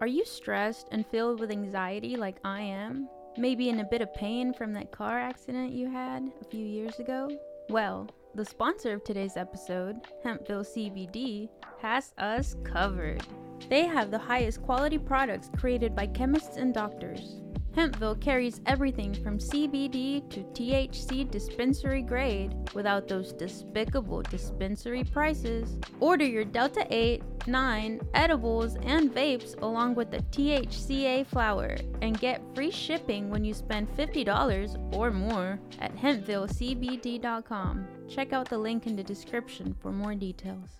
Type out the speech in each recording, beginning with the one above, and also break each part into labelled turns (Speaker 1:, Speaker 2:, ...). Speaker 1: Are you stressed and filled with anxiety like I am? Maybe in a bit of pain from that car accident you had a few years ago? Well, the sponsor of today's episode, Hempville CBD, has us covered. They have the highest quality products created by chemists and doctors. Hempville carries everything from CBD to THC dispensary grade without those despicable dispensary prices. Order your Delta 8, 9, edibles, and vapes along with the THCA flower and get free shipping when you spend $50 or more at hempvillecbd.com. Check out the link in the description for more details.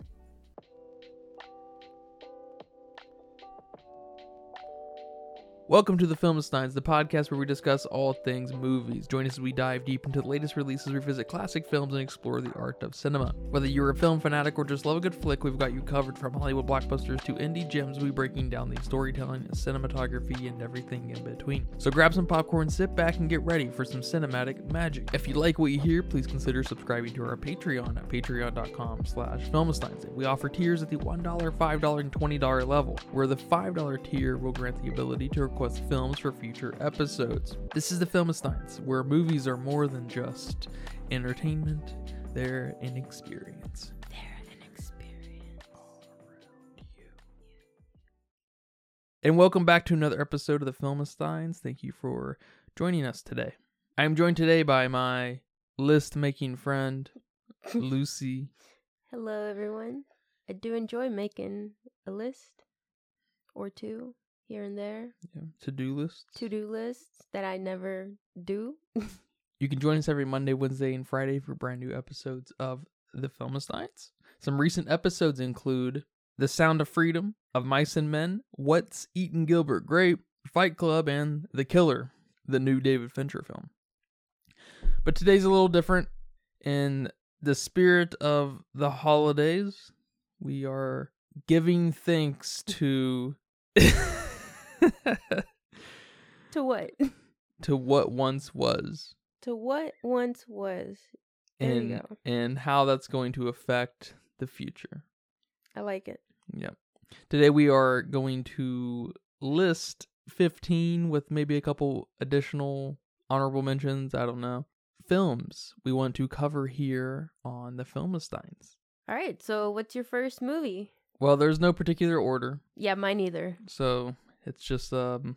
Speaker 2: Welcome to the Filmsteins, the podcast where we discuss all things movies. Join us as we dive deep into the latest releases, revisit classic films, and explore the art of cinema. Whether you're a film fanatic or just love a good flick, we've got you covered from Hollywood blockbusters to indie gems. We'll be breaking down the storytelling, cinematography, and everything in between. So grab some popcorn, sit back, and get ready for some cinematic magic. If you like what you hear, please consider subscribing to our Patreon at patreon.com slash filmsteins. We offer tiers at the $1, $5, and $20 level, where the $5 tier will grant the ability to request films for future episodes. This is the Filmistines, where movies are more than just entertainment, they're an experience.
Speaker 1: They're an experience.
Speaker 2: And welcome back to another episode of the Filmistines. Thank you for joining us today. I'm joined today by my list making friend, Lucy.
Speaker 1: Hello, everyone. I do enjoy making a list or two here and there,
Speaker 2: Yeah, to do list.
Speaker 1: to do lists that I never do.
Speaker 2: You can join us every Monday, Wednesday, and Friday for brand new episodes of The Filmistines. Some recent episodes include The Sound of Freedom, Of Mice and Men, What's Eating Gilbert Grape, Fight Club, and The Killer, the new David Fincher film. But today's a little different. In the spirit of the holidays, we are giving thanks to.
Speaker 1: to what?
Speaker 2: to what once was.
Speaker 1: to what once was. There you
Speaker 2: and
Speaker 1: go.
Speaker 2: and how that's going to affect the future.
Speaker 1: I like it.
Speaker 2: Yep. Today we are going to list 15 with maybe a couple additional honorable mentions, I don't know. Films we want to cover here on the Filmistines.
Speaker 1: All right. So, what's your first movie?
Speaker 2: Well, there's no particular order,
Speaker 1: Yeah, mine either.
Speaker 2: so it's just um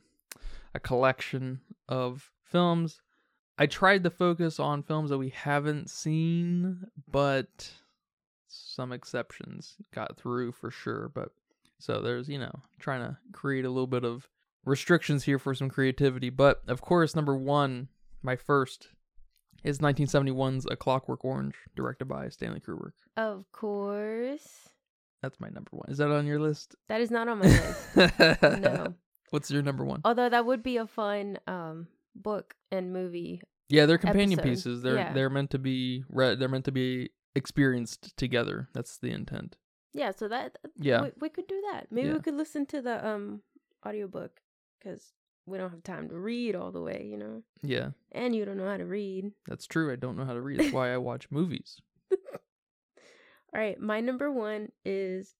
Speaker 2: a collection of films. I tried to focus on films that we haven't seen, but some exceptions got through for sure. But so there's, you know, trying to create a little bit of restrictions here for some creativity. But of course, number one, my first is 1971's A Clockwork Orange, directed by Stanley Kubrick.
Speaker 1: Of course.
Speaker 2: That's my number one. Is that on your list?
Speaker 1: That is not on my list. No.
Speaker 2: What's your number one?
Speaker 1: Although that would be a fun um book and movie.
Speaker 2: Yeah, they're companion
Speaker 1: episode.
Speaker 2: pieces. They're
Speaker 1: Yeah.
Speaker 2: they're meant to be read. They're meant to be experienced together. That's the intent.
Speaker 1: Yeah, so that
Speaker 2: Yeah,
Speaker 1: we, we could do that. Maybe we
Speaker 2: Yeah.
Speaker 1: could listen to the um audiobook cuz we don't have time to read all the way, you know.
Speaker 2: yeah,
Speaker 1: And you don't know how to read.
Speaker 2: that's true. I don't know how to read. That's why I watch movies.
Speaker 1: All right, my number 1 is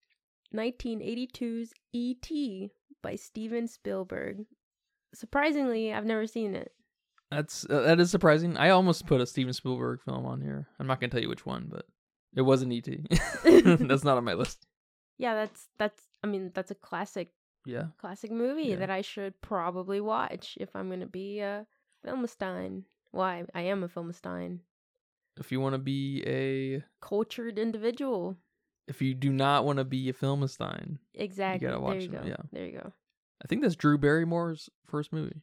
Speaker 1: 1982's ET by Steven Spielberg. Surprisingly, I've never seen it.
Speaker 2: That's uh, that is surprising. I almost put a Steven Spielberg film on here. I'm not gonna tell you which one, but it wasn't E.T. that's not on my list.
Speaker 1: Yeah, that's that's I mean, that's a classic
Speaker 2: Yeah,
Speaker 1: classic movie
Speaker 2: Yeah.
Speaker 1: that I should probably watch if I'm gonna be a filmstein. Why I am a filmstein,
Speaker 2: if you want to be a,
Speaker 1: cultured individual.
Speaker 2: if you do not want to be a filmistine,
Speaker 1: Exactly. there
Speaker 2: watch
Speaker 1: you
Speaker 2: them,
Speaker 1: go.
Speaker 2: yeah.
Speaker 1: There you go.
Speaker 2: I think that's Drew Barrymore's first movie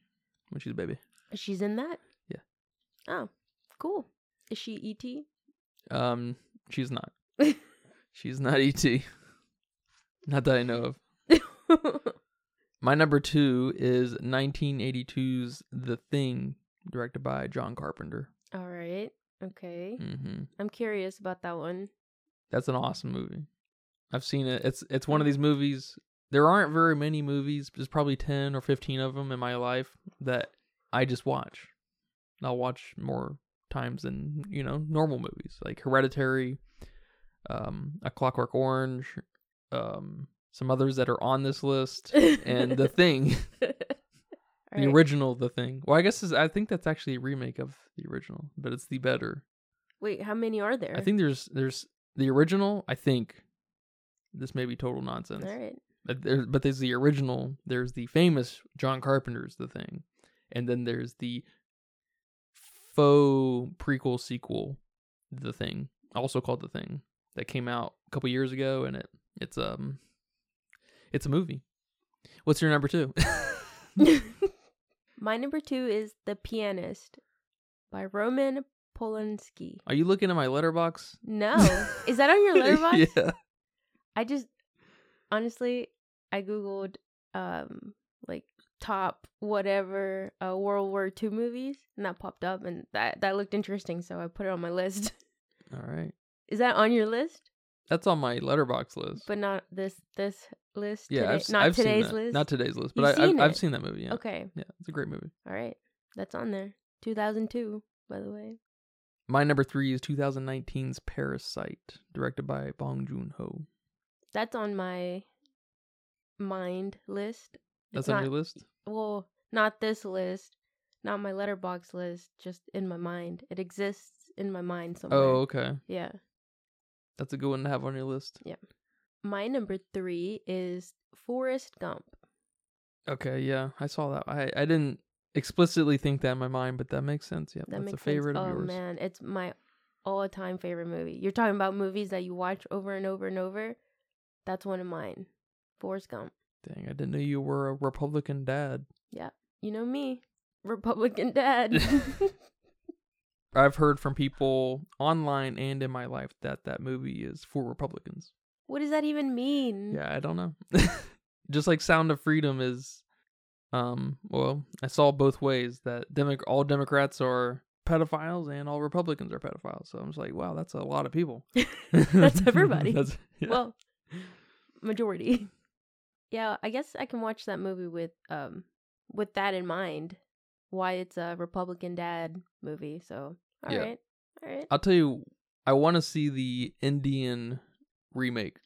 Speaker 2: when she's a baby.
Speaker 1: She's in that.
Speaker 2: Yeah.
Speaker 1: Oh, cool. Is she E E.T.?
Speaker 2: Um, she's not. She's not E.T. Not that I know of. My number two is 1982's The Thing, directed by John Carpenter.
Speaker 1: All right. Okay.
Speaker 2: hmm
Speaker 1: I'm curious about that one.
Speaker 2: That's an awesome movie. I've seen it. It's it's one of these movies. There aren't very many movies. There's probably ten or fifteen of them in my life that I just watch. And I'll watch more times than you know normal movies like Hereditary, um, A Clockwork Orange, um, some others that are on this list, and The Thing, the
Speaker 3: Alright.
Speaker 2: original The Thing. Well, I guess is I think that's actually a remake of the original, but it's the better.
Speaker 1: Wait, how many are there?
Speaker 2: I think there's there's the original. I think this may be total nonsense,
Speaker 1: All right.
Speaker 2: but, there, but there's the original. There's the famous John Carpenter's The Thing, and then there's the faux prequel sequel, The Thing, also called The Thing, that came out a couple years ago, and it it's um it's a movie. What's your number two? Hmm.
Speaker 1: My number two is The Pianist by Roman Polanski.
Speaker 2: Are you looking at my letterbox?
Speaker 1: No. is that on your letterbox?
Speaker 2: yeah.
Speaker 1: I just honestly I Googled um like top whatever uh World War II movies and that popped up and that that looked interesting, so I put it on my list.
Speaker 2: All right.
Speaker 1: is that on your list?
Speaker 2: That's on my letterbox list.
Speaker 1: But not this this list
Speaker 2: yeah,
Speaker 1: today.
Speaker 2: I've, s-
Speaker 1: not
Speaker 2: I've
Speaker 1: today's
Speaker 2: seen that.
Speaker 1: list.
Speaker 2: Not today's list,
Speaker 1: You've
Speaker 2: but I, I've,
Speaker 1: seen
Speaker 2: I've
Speaker 1: it.
Speaker 2: seen that movie. Yeah.
Speaker 1: Okay.
Speaker 2: Yeah, it's a great movie.
Speaker 1: All right. That's on there. 2002, by the way.
Speaker 2: My number three is 2019's Parasite, directed by Bong Joon Ho.
Speaker 1: That's on my mind list.
Speaker 2: That's
Speaker 1: It's
Speaker 2: on
Speaker 1: not-
Speaker 2: your list.
Speaker 1: Well, not this list, not my letterbox list, just in my mind. It exists in my mind somewhere.
Speaker 2: Oh, okay.
Speaker 1: Yeah.
Speaker 2: That's a good one to have on your list.
Speaker 1: My number three is Forrest Gump.
Speaker 2: Okay, yeah, I saw that. I I didn't explicitly think that in my mind, but that makes sense. Yeah,
Speaker 1: That
Speaker 2: that's a
Speaker 1: makes
Speaker 2: favorite
Speaker 1: sense.
Speaker 2: of
Speaker 1: oh
Speaker 2: yours.
Speaker 1: man, it's my all-time favorite movie. You're talking about movies that you watch over and over and over. That's one of mine. Forrest Gump.
Speaker 2: Dang, I didn't know you were a Republican dad.
Speaker 1: You know me, Republican Dad.
Speaker 2: I've heard from people online and in my life that that movie is for Republicans.
Speaker 1: what does that even mean?
Speaker 2: Yeah, I don't know. Just like Sound of Freedom is, um, well, I saw both ways that Demo- all Democrats are pedophiles and all Republicans are pedophiles. So I'm just like, wow, that's a lot of people.
Speaker 1: That's everybody.
Speaker 2: That's- yeah.
Speaker 1: Well, majority. Yeah, I guess I can watch that movie with um with that in mind. Why it's a Republican Dad movie. So all
Speaker 2: Yeah.
Speaker 1: right, all right.
Speaker 2: I'll tell you, I want to see the Indian remake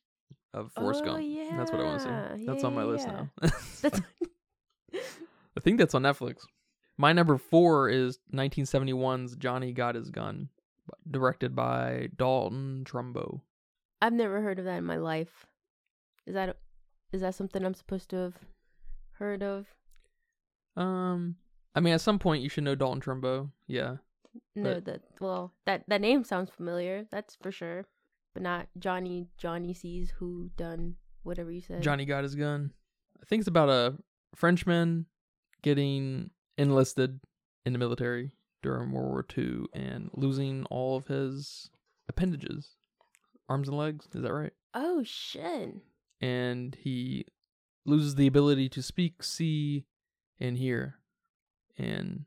Speaker 2: of Forrest
Speaker 1: Oh,
Speaker 2: Gump. That's what I want to
Speaker 1: yeah.
Speaker 2: see. That's on my
Speaker 1: Yeah,
Speaker 2: list
Speaker 1: yeah,
Speaker 2: now.
Speaker 1: That's
Speaker 2: I think that's on Netflix. My number four is 1971's Johnny Got His Gun, directed by Dalton Trumbo.
Speaker 1: I've never heard of that in my life. Is that is that something I'm supposed to have heard of?
Speaker 2: Um, I mean, at some point you should know Dalton Trumbo. Yeah,
Speaker 1: No,
Speaker 2: But-
Speaker 1: that well, that that name sounds familiar. That's for sure. But not Johnny. Johnny sees who done whatever you said.
Speaker 2: Johnny got his gun. I think it's about a Frenchman getting enlisted in the military during World War II and losing all of his appendages, arms and legs. Is that right?
Speaker 1: Oh shit.
Speaker 2: And he loses the ability to speak, see, and hear. And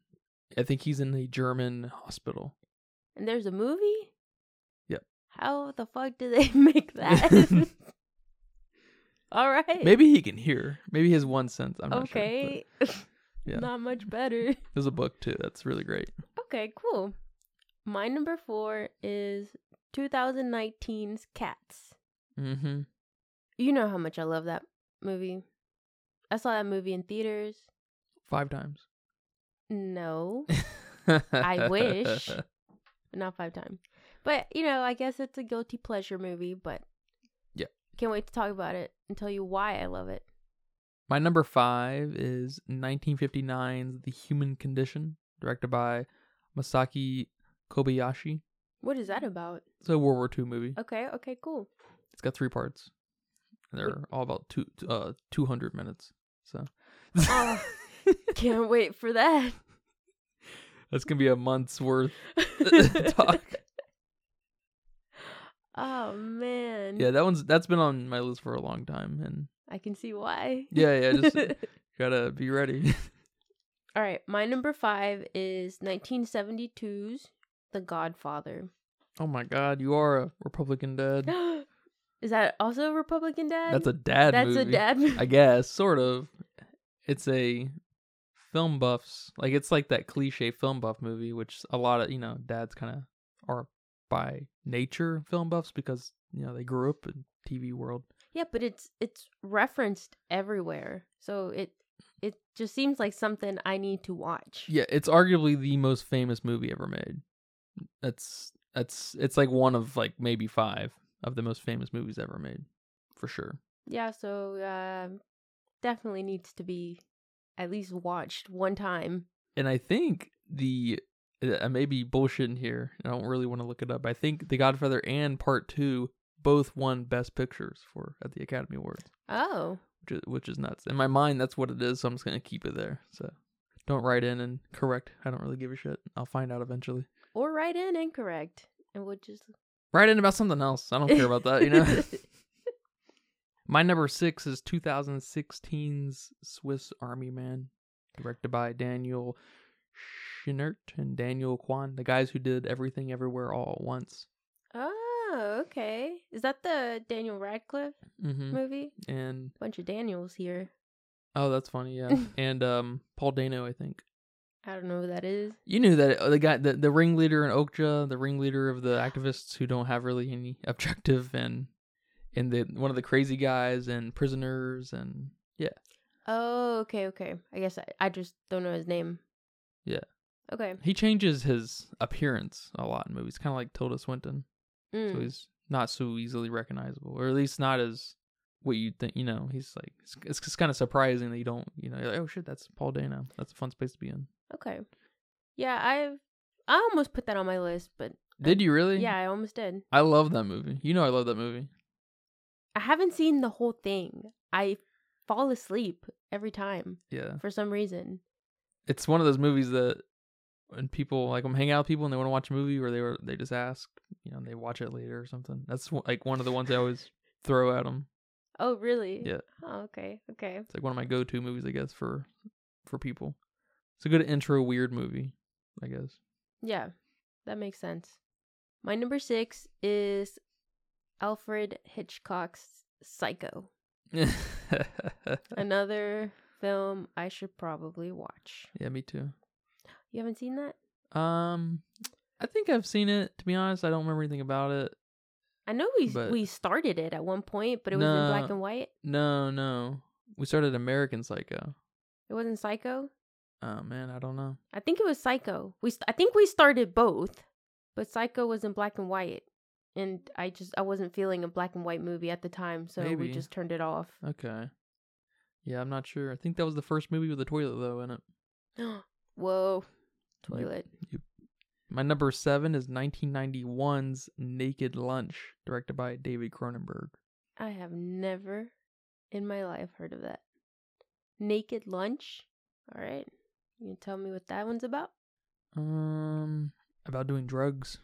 Speaker 2: I think he's in a German hospital.
Speaker 1: And there's a movie?
Speaker 2: Yep.
Speaker 1: How the fuck do they make that? All right.
Speaker 2: Maybe he can hear. Maybe his one sense. I'm not sure, but
Speaker 1: okay.
Speaker 2: Yeah.
Speaker 1: Not much better.
Speaker 2: There's a book too. That's really great.
Speaker 1: Okay, cool. My number 4 is 2019's Cats.
Speaker 2: Mm-hmm.
Speaker 1: You know how much I love that movie. I saw that movie in theaters.
Speaker 2: Five times.
Speaker 1: No, wish. not five times. But, you know, I guess it's a guilty pleasure movie, but
Speaker 2: Yeah.
Speaker 1: Can't wait to talk about it and tell you why I love it.
Speaker 2: My number five is 1959's The Human Condition, directed by Masaki Kobayashi.
Speaker 1: What is that about?
Speaker 2: It's a World War II movie.
Speaker 1: Okay, okay, cool.
Speaker 2: It's got three parts. And they're all about two uh 200 minutes. So
Speaker 1: Oh. Can't wait for that.
Speaker 2: that's gonna be a month's worth. Talk.
Speaker 1: Oh man.
Speaker 2: Yeah, that one's that's been on my list for a long time, and
Speaker 1: I can see why.
Speaker 2: yeah, yeah, just gotta be ready.
Speaker 1: All right, my number 5 is 1972's The Godfather.
Speaker 2: oh my God, you are a Republican dad.
Speaker 1: is that also a Republican dad?
Speaker 2: Mm. That's a dad.
Speaker 1: That's
Speaker 2: movie.
Speaker 1: a dad.
Speaker 2: I
Speaker 1: movie.
Speaker 2: guess, sort of. It's a film buffs like it's like that cliche film buff movie, which a lot of you know dads kind of are by nature film buffs because you know they grew up in TV world.
Speaker 1: Yeah, but it's it's referenced everywhere. So it it just seems like something I need to watch.
Speaker 2: Yeah, it's arguably the most famous movie ever made. That's that's it's like one of like maybe five of the most famous movies ever made, for sure.
Speaker 1: Yeah, so um definitely needs to be at least watched one time.
Speaker 2: And I think the uh, I may be bullshitting here. and I don't really want to look it up. I think The Godfather and Part Two both won Best Pictures for at the Academy Awards,
Speaker 1: Oh.
Speaker 2: which is which is nuts. In my mind, that's what it is. So I'm just gonna keep it there. So don't write in and correct. I don't really give a shit. I'll find out eventually.
Speaker 1: Or write in incorrect. And we'll just
Speaker 2: Write in about something else. I don't care about that. You know. My number six is 2016's Swiss Army Man, directed by Daniel Schinert and Daniel Kwan, the guys who did Everything Everywhere All at Once.
Speaker 1: Oh, okay. Is that the Daniel Radcliffe
Speaker 2: hmm
Speaker 1: movie?
Speaker 2: And
Speaker 1: Bunch of Daniels here.
Speaker 2: oh, that's funny, yeah. and um, Paul Dano, I think.
Speaker 1: I don't know who that is.
Speaker 2: You knew that uh, the guy, the, the ringleader in Okja, the ringleader of the activists who don't have really any objective, and and the one of the crazy guys and prisoners, and
Speaker 1: Oh, okay, okay. I guess I, I just don't know his name.
Speaker 2: Yeah.
Speaker 1: Okay.
Speaker 2: he changes his appearance a lot in movies, kind of like Tilda Swinton. so
Speaker 1: Mm.
Speaker 2: he's not so easily recognizable, or at least not as what you think. You know, he's like it's, it's just kind of surprising that you don't. You know, you're like, oh shit, that's Paul Dano. That's a fun space to be in.
Speaker 1: Okay. Yeah, I've I almost put that on my list, but
Speaker 2: Did you really?
Speaker 1: Uh, yeah, I almost did.
Speaker 2: I love that movie. You know, I love that movie.
Speaker 1: I haven't seen the whole thing. I fall asleep every time
Speaker 2: Yeah,
Speaker 1: for some reason.
Speaker 2: it's one of those movies that when people like I'm hanging out with people and they want to watch a movie, or they were they just ask, you know, and they watch it later or something. That's one- like one of the ones I always throw at them.
Speaker 1: Oh, really?
Speaker 2: Yeah.
Speaker 1: Oh, okay. Okay.
Speaker 2: It's like one of my go-to movies, I guess, for for people. It's a good intro weird movie, I guess.
Speaker 1: Yeah. That makes sense. My number 6 is Alfred Hitchcock's Psycho.
Speaker 2: yeah,
Speaker 1: Another film I should probably watch.
Speaker 2: me too.
Speaker 1: You haven't seen that?
Speaker 2: Um, I think I've seen it. To be honest, I don't remember anything about it.
Speaker 1: I know we
Speaker 2: But-
Speaker 1: we started it at one point, but it was in
Speaker 2: No.
Speaker 1: black and white.
Speaker 2: No, no. We started American Psycho.
Speaker 1: It wasn't Psycho.
Speaker 2: Oh man, I don't know.
Speaker 1: I think it was Psycho. We st- I think we started both, but Psycho was in black and white, and I just I wasn't feeling a black and white movie at the time, so
Speaker 2: Maybe.
Speaker 1: we just turned it off.
Speaker 2: Okay. Yeah, I'm not sure. I think that was the first movie with a toilet though in it.
Speaker 1: Whoa, toilet.
Speaker 2: My number seven is 1991's Naked Lunch, directed by David Cronenberg.
Speaker 1: I have never in my life heard of that. Naked lunch. All right, you can tell me what that one's about.
Speaker 2: Um, about doing drugs.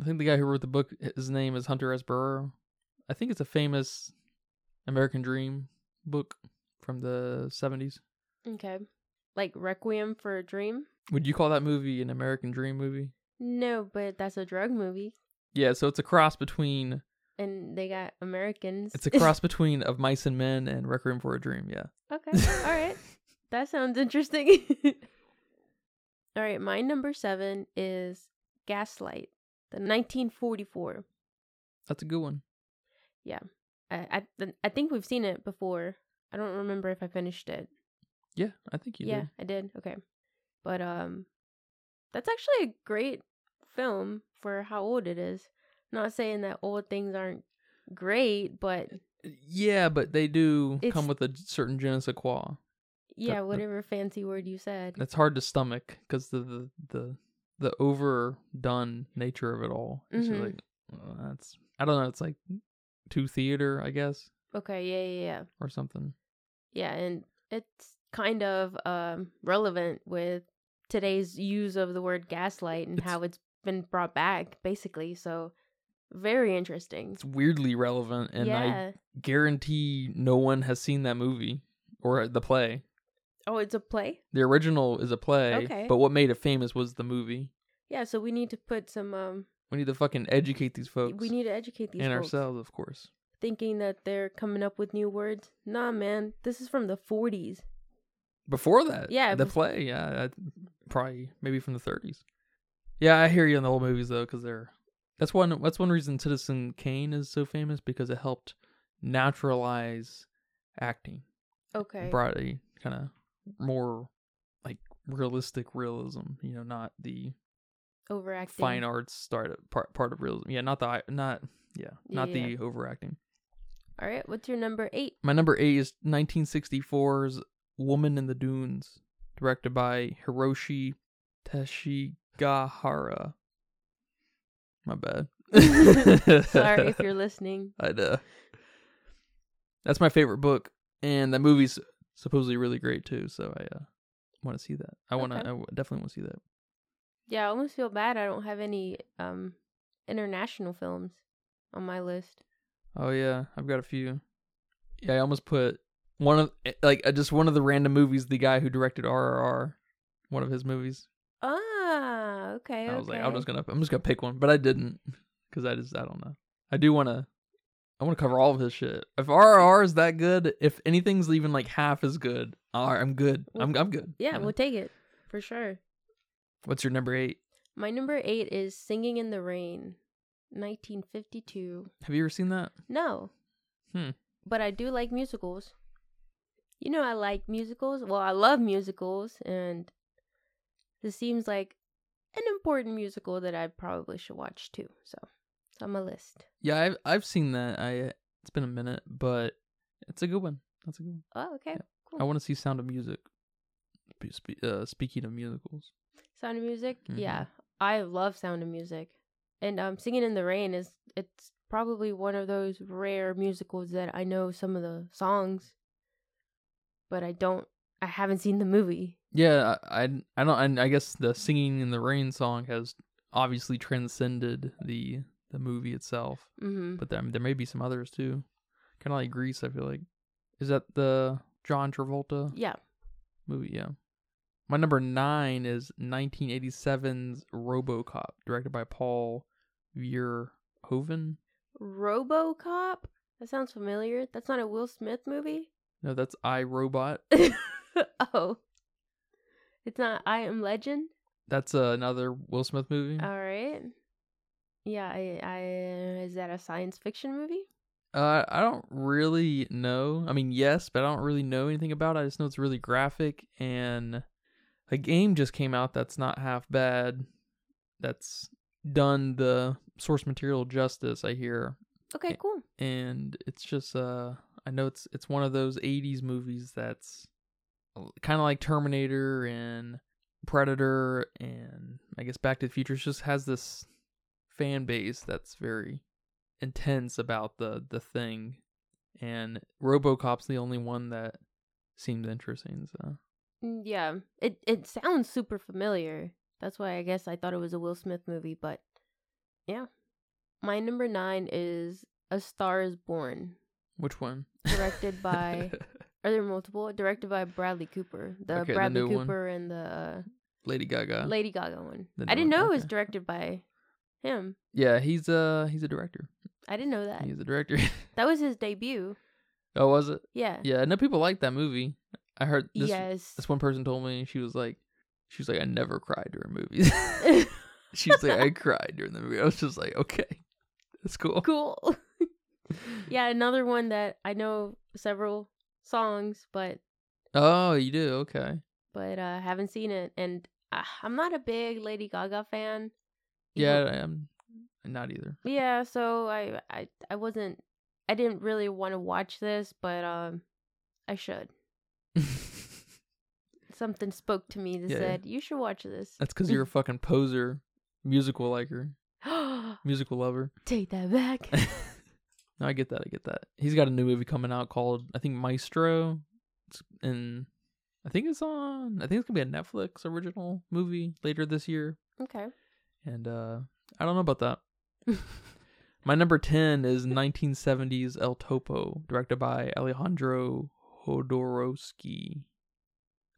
Speaker 2: I think the guy who wrote the book, his name is Hunter S. Burrow. I think it's a famous American Dream book from the 70s.
Speaker 1: Okay, like Requiem for a Dream.
Speaker 2: Would you call that movie an American Dream movie?
Speaker 1: No, but that's a drug movie,
Speaker 2: Yeah, so it's a cross between
Speaker 1: and they got Americans.
Speaker 2: it's a cross between Of Mice and Men and Requiem for a Dream, yeah.
Speaker 1: Okay. All right. That sounds interesting. All right. My number seven is Gaslight, the 1944.
Speaker 2: That's a good one.
Speaker 1: I, I, th- I think we've seen it before. I don't remember if I finished it.
Speaker 2: Yeah, I think you
Speaker 1: yeah,
Speaker 2: did.
Speaker 1: I did. Okay. But, um, that's actually a great film for how old it is. Not saying that old things aren't great, but
Speaker 2: Yeah, but they do
Speaker 1: It's-
Speaker 2: come with a certain je ne sais quoi.
Speaker 1: yeah,
Speaker 2: that-
Speaker 1: whatever fancy word you said.
Speaker 2: It's hard to stomach because the, the the the overdone nature of it all. It's just
Speaker 1: Mhm.
Speaker 2: like uh, that's I don't know. It's like too theater, I guess,
Speaker 1: Okay. Yeah, yeah, yeah.
Speaker 2: or something.
Speaker 1: Yeah, and it's kind of um, relevant with today's use of the word gaslight and
Speaker 2: It's-
Speaker 1: how it's been brought back, basically. So, very interesting.
Speaker 2: It's weirdly relevant, and I
Speaker 1: yeah.
Speaker 2: guarantee no one has seen that movie or the play.
Speaker 1: oh, it's a play.
Speaker 2: The original is a play,
Speaker 1: Okay.
Speaker 2: but what made it famous was the movie.
Speaker 1: Yeah, so we need to put some. Um,
Speaker 2: We need to fucking educate these folks
Speaker 1: we need to educate these
Speaker 2: and
Speaker 1: folks,
Speaker 2: ourselves, of course.
Speaker 1: thinking that they're coming up with new words. Nah, man, this is from the '40s.
Speaker 2: Before that,
Speaker 1: Yeah,
Speaker 2: the
Speaker 1: bef-
Speaker 2: play, yeah, I, probably maybe from the 30s. Yeah, I hear you on the old movies though, because they're that's one that's one reason Citizen Kane is so famous because it helped naturalize acting.
Speaker 1: Okay.
Speaker 2: Brought a kind of more like realistic realism, you know, not the
Speaker 1: Overacting.
Speaker 2: fine arts start part part of realism. Yeah, not the I- not yeah, not
Speaker 1: Yeah.
Speaker 2: the overacting.
Speaker 1: All right. What's your number eight?
Speaker 2: My number eight is 1964's Woman in the Dunes, directed by Hiroshi Teshigahara. My bad.
Speaker 1: Sorry if you're listening.
Speaker 2: I know. That's my favorite book, and that movie's supposedly really great too. So I uh, want to see that. I want to.
Speaker 1: Okay.
Speaker 2: I w- definitely want to see that.
Speaker 1: Yeah, I almost feel bad. I don't have any um international films on my list.
Speaker 2: Oh yeah, I've got a few. Yeah, I almost put one of like uh, just one of the random movies. The guy who directed RRR, one of his movies.
Speaker 1: Ah, okay.
Speaker 2: I was
Speaker 1: okay.
Speaker 2: like, I'm just gonna, I'm just gonna pick one, but I didn't, cause I just, I don't know. I do wanna, I wanna cover all of his shit. If RRR is that good, if anything's even like half as good, all right, I'm good. I'm, I'm good.
Speaker 1: Yeah,
Speaker 2: You know?
Speaker 1: we'll take it for sure.
Speaker 2: What's your number eight?
Speaker 1: My number eight is Singing in the Rain, 1952.
Speaker 2: Have you ever seen that?
Speaker 1: No.
Speaker 2: Hmm.
Speaker 1: But I do like musicals. You know, I like musicals. Well, I love musicals, and this seems like an important musical that I probably should watch too. So it's on my list.
Speaker 2: Yeah, I've, I've seen that. I, it's been a minute, but it's a good one. That's a good one.
Speaker 1: Oh, okay.
Speaker 2: I want to see Sound of Music. Spe- spe- Uh, speaking of musicals,
Speaker 1: Sound of Music.
Speaker 2: Mhm.
Speaker 1: Yeah, I love Sound of Music, and um, Singing in the Rain is it's probably one of those rare musicals that I know some of the songs, but I don't. I haven't seen the movie.
Speaker 2: yeah, I, I, I don't, and I guess the singing in the rain song has obviously transcended the the movie itself.
Speaker 1: Mm-hmm.
Speaker 2: but there, there may be some others too. Kind of like Grease, I feel like. Is that the John Travolta
Speaker 1: Yeah.
Speaker 2: movie? Yeah. My number nine is 1987's RoboCop, directed by Paul Verhoeven.
Speaker 1: RoboCop. That sounds familiar. That's not a Will Smith movie.
Speaker 2: No, that's I Robot.
Speaker 1: oh, it's not. I Am Legend.
Speaker 2: That's uh, another Will Smith movie.
Speaker 1: All right. Yeah. I, I is that a science fiction movie?
Speaker 2: Uh, I don't really know. I mean, yes, but I don't really know anything about it. I just know it's really graphic, and a game just came out that's not half bad. That's done the source material justice, I hear,
Speaker 1: Okay.
Speaker 2: Yeah.
Speaker 1: Cool.
Speaker 2: and it's just uh, I know it's it's one of those '80s movies that's kind of like Terminator and Predator, and I guess Back to the Future. It just has this fan base that's very intense about the the thing and RoboCop's the only one that seems interesting so
Speaker 1: Mm, Yeah, it it sounds super familiar. That's why I guess I thought it was a Will Smith movie, but yeah. My number 9 is A Star is Born,
Speaker 2: which one
Speaker 1: directed by are there multiple? Directed by Bradley Cooper. The
Speaker 2: Okay, the
Speaker 1: Bradley
Speaker 2: new one.
Speaker 1: Cooper and the
Speaker 2: Lady Gaga
Speaker 1: uh, Lady Gaga one.
Speaker 2: The
Speaker 1: I
Speaker 2: new
Speaker 1: didn't
Speaker 2: one,
Speaker 1: know it was
Speaker 2: okay.
Speaker 1: directed by him.
Speaker 2: yeah he's uh he's a director
Speaker 1: I didn't know that.
Speaker 2: he's a director
Speaker 1: That was his debut.
Speaker 2: oh was it
Speaker 1: Yeah.
Speaker 2: yeah I know people like that movie I heard this
Speaker 1: yes.
Speaker 2: this one person told me she was like she was like I never cried during movies she was like I cried during the movie I was just like okay that's cool
Speaker 1: cool. yeah, another one that I know several songs, but
Speaker 2: oh you do okay
Speaker 1: but uh haven't seen it and uh, I'm not a big Lady Gaga fan. You
Speaker 2: yeah
Speaker 1: know-
Speaker 2: I am not either
Speaker 1: Yeah, so I I I wasn't I didn't really want to watch this, but um I should. Something spoke to me that
Speaker 2: Yeah, yeah.
Speaker 1: said, "You should watch this."
Speaker 2: That's because you're a fucking poser, musical liker, musical lover.
Speaker 1: Take that back.
Speaker 2: no, I get that. I get that. He's got a new movie coming out called I think Maestro, It's- and I think it's on. I think it's gonna be a Netflix original movie later this year.
Speaker 1: okay.
Speaker 2: And uh I don't know about that. My number ten is 1970s El Topo, directed by Alejandro Hodorowski.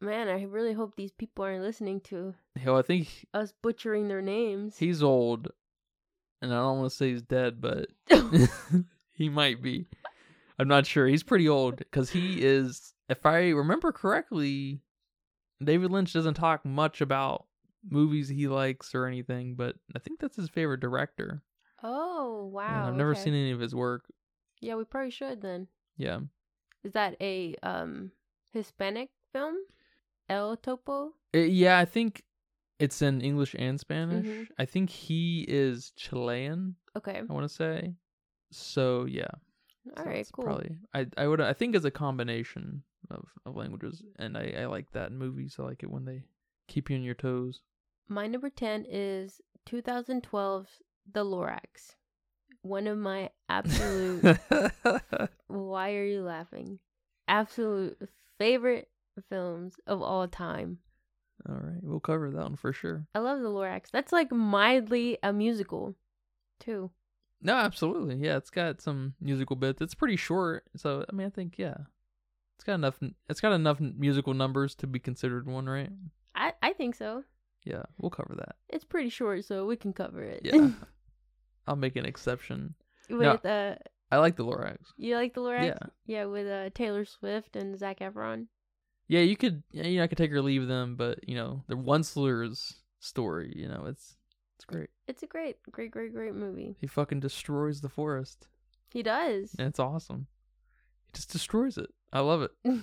Speaker 1: Man, I really hope these people aren't listening to
Speaker 2: Yo, I think
Speaker 1: us butchering their names.
Speaker 2: he's old, and I don't want to say he's dead, but he might be. I'm not sure. He's pretty old because he is, if I remember correctly, David Lynch doesn't talk much about movies he likes or anything, but I think that's his favorite director.
Speaker 1: oh, wow.
Speaker 2: and I've never
Speaker 1: okay.
Speaker 2: seen any of his work.
Speaker 1: Yeah, we probably should then.
Speaker 2: Yeah.
Speaker 1: Is that a um Hispanic film? El Topo?
Speaker 2: Uh, yeah, I think it's in English and Spanish.
Speaker 1: Mhm.
Speaker 2: I think he is Chilean,
Speaker 1: Okay.
Speaker 2: I want to say. So, yeah.
Speaker 1: All
Speaker 2: So
Speaker 1: right,
Speaker 2: it's
Speaker 1: cool.
Speaker 2: Probably, I I would I think it's a combination of, of languages, and I I like that in movies. I like it when they keep you on your toes.
Speaker 1: My number 10 is 2012's The Lorax. One of my absolute why are you laughing? Absolute favorite films of all time.
Speaker 2: All right, we'll cover that one for sure.
Speaker 1: I love The Lorax. That's like mildly a musical, too.
Speaker 2: No, absolutely, yeah. It's got some musical bits. It's pretty short, so I mean, I think yeah, it's got enough. It's got enough musical numbers to be considered one, right?
Speaker 1: I, I think so.
Speaker 2: Yeah, we'll cover that.
Speaker 1: It's pretty short, so we can cover it.
Speaker 2: Yeah, I'll make an exception.
Speaker 1: with uh,
Speaker 2: I like the Lorax.
Speaker 1: you like The Lorax?
Speaker 2: Yeah.
Speaker 1: Yeah, with uh, Taylor Swift and Zach Efron.
Speaker 2: Yeah, you could. yeah, You know, I could take or leave them, but you know, the Onceler's story. You know, it's it's great.
Speaker 1: It's a great, great, great, great movie.
Speaker 2: He fucking destroys the forest.
Speaker 1: He does.
Speaker 2: And it's awesome. He just destroys it. I love it.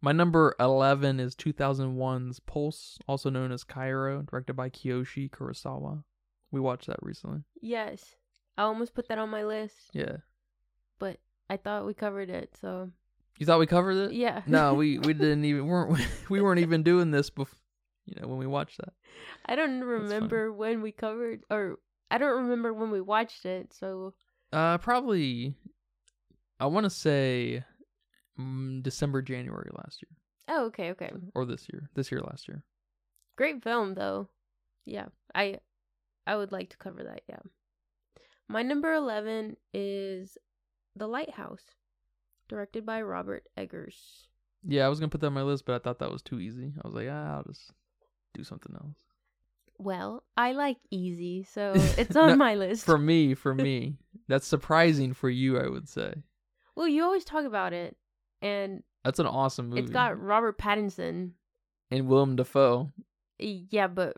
Speaker 2: My number 11 is 2001's Pulse, also known as Cairo, directed by Kiyoshi Kurosawa. We watched that recently.
Speaker 1: Yes. I almost put that on my list,
Speaker 2: Yeah.
Speaker 1: but I thought we covered it, so
Speaker 2: You thought we covered it?
Speaker 1: yeah.
Speaker 2: Uh, No, we, we didn't even weren't we weren't even doing this before, you know, when we watched that.
Speaker 1: I don't remember when we covered or I don't remember when we watched it, so
Speaker 2: Uh probably I want to say mm, December January last year
Speaker 1: Oh, okay, okay.
Speaker 2: or this year. This year last year.
Speaker 1: Great film though. Yeah. I I would like to cover that, yeah. My number 11 is The Lighthouse, directed by Robert Eggers.
Speaker 2: Yeah, I was gonna put that on my list, but I thought that was too easy. I was like, ah, I'll just do something else.
Speaker 1: Well, I like easy, so it's on
Speaker 2: No,
Speaker 1: my list.
Speaker 2: For me, for me, that's surprising for you. I would say
Speaker 1: well, you always talk about it and
Speaker 2: that's an awesome movie.
Speaker 1: it's got Robert Pattinson.
Speaker 2: and Willem Dafoe.
Speaker 1: Yeah, but